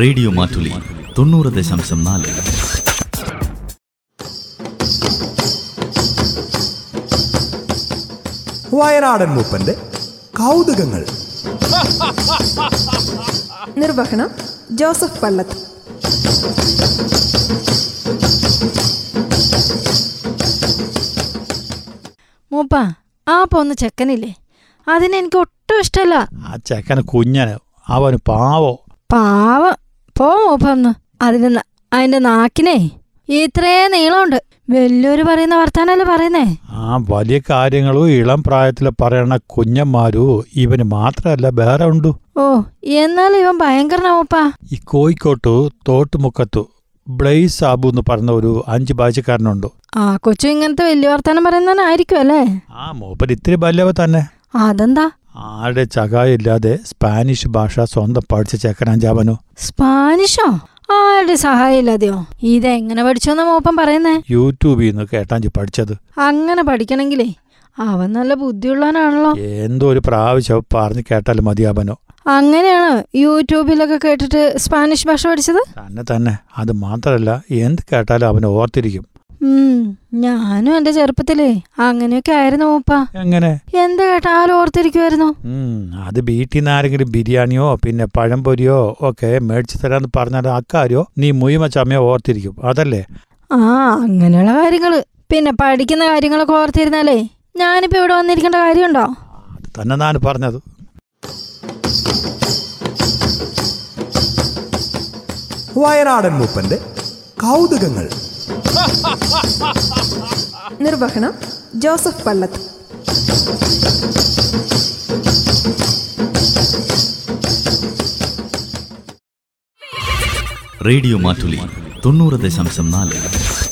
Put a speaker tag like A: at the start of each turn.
A: radio Mattoli തൊണ്ണൂറ് ദശാംശം നാല്
B: വയനാടൻ മൂപ്പന്റെ കൗതുകങ്ങൾ
C: നിർവഹണം ജോസഫ് പള്ളത്ത്
D: മൂപ്പ ആ പോന്ന ചെക്കനില്ലേ അതിന് എനിക്ക് ഒട്ടും ഇഷ്ടല്ല
E: ആ ചെക്കന് കുഞ്ഞന് അവന് പാവോ
D: പാവം പോ മൂപ്പ ഒന്ന് അതിന് ന- അതിന്റെ നാക്കിനെ ഇത്രേ നീളമുണ്ട് വലിയൊരു പറയുന്ന വർത്താനല്ലേ പറയുന്നേ
E: ആ വലിയ കാര്യങ്ങളും ഇളം പ്രായത്തിൽ പറയണ കുഞ്ഞന്മാരും ഇവന് മാത്രമല്ല വേറെ ഉണ്ടു
D: ഓ എന്നാലും ഇവൻ ഭയങ്കരനാ മൂപ്പ
E: ഈ കോഴിക്കോട്ടു തോട്ടുമുക്കത്തു ബ്ലൈസ് സാബു എന്ന് പറഞ്ഞ ഒരു അഞ്ച് ഭാഷക്കാരനുണ്ട്
D: ആ കൊച്ചു ഇങ്ങനത്തെ വലിയ വർത്താനം പറയുന്നവനായിരിക്കും അല്ലേ
E: ആ മൂപ്പര് ഇത്തിരി ബല്ലവ തന്നെ
D: അതെന്താ
E: ആരുടെ ചകായില്ലാതെ സ്പാനിഷ് ഭാഷ സ്വന്തം പഠിച്ച ചെക്കനാഞ്ചാവനു
D: സ്പാനിഷോ ആരുടെ സഹായം ഇല്ലാതെയോ ഇതെങ്ങനെ പഠിച്ചോന്ന മൂപ്പൻ പറയുന്നേ
E: യൂട്യൂബിൽ നിന്ന് കേട്ടാഞ്ചി പഠിച്ചത്
D: അങ്ങനെ പഠിക്കണെങ്കിലേ അവൻ നല്ല ബുദ്ധിയുള്ളവനാണല്ലോ
E: എന്തോ ഒരു പ്രാവശ്യം പറഞ്ഞു കേട്ടാലും മതിയാവനോ
D: അങ്ങനെയാണ് യൂട്യൂബിലൊക്കെ കേട്ടിട്ട് സ്പാനിഷ് ഭാഷ പഠിച്ചത്
E: തന്നെ തന്നെ അത് മാത്രമല്ല എന്ത് കേട്ടാലും അവന് ഓർത്തിരിക്കും
D: ഉം, ഞാനും എൻ്റെ ചെറുപ്പത്തിലേ അങ്ങനെയൊക്കെ ആയിരുന്നു മൂപ്പ
E: എങ്ങനെ
D: എന്ത് കേട്ടാലും ഓർത്തിരിക്കുമായിരുന്നു
E: ഉം, അത് വീട്ടിൽ നിന്ന് ആരെങ്കിലും ബിരിയാണിയോ പിന്നെ പഴംപൊരിയോ ഒക്കെ മേടിച്ചു തരാന്ന് പറഞ്ഞാൽ അക്കാര്യോ നീ മുയിമ ചമയോ ഓർത്തിരിക്കും അതല്ലേ
D: ആ അങ്ങനെയുള്ള കാര്യങ്ങള് പിന്നെ പഠിക്കുന്ന കാര്യങ്ങളൊക്കെ ഓർത്തിരുന്നാലേ ഞാനിപ്പോൾ ഇവിടെ വന്നിരിക്കേണ്ട കാര്യമുണ്ടോ
E: അത് തന്നെ ഞാൻ പറഞ്ഞത്
B: വയനാടൻ മൂപ്പന്റെ കൗതുകങ്ങൾ
C: നിർവഹണം ജോസഫ് പള്ളത്ത്
A: റേഡിയോ മാറ്റുലി തൊണ്ണൂറ് ദശാംശം നാല്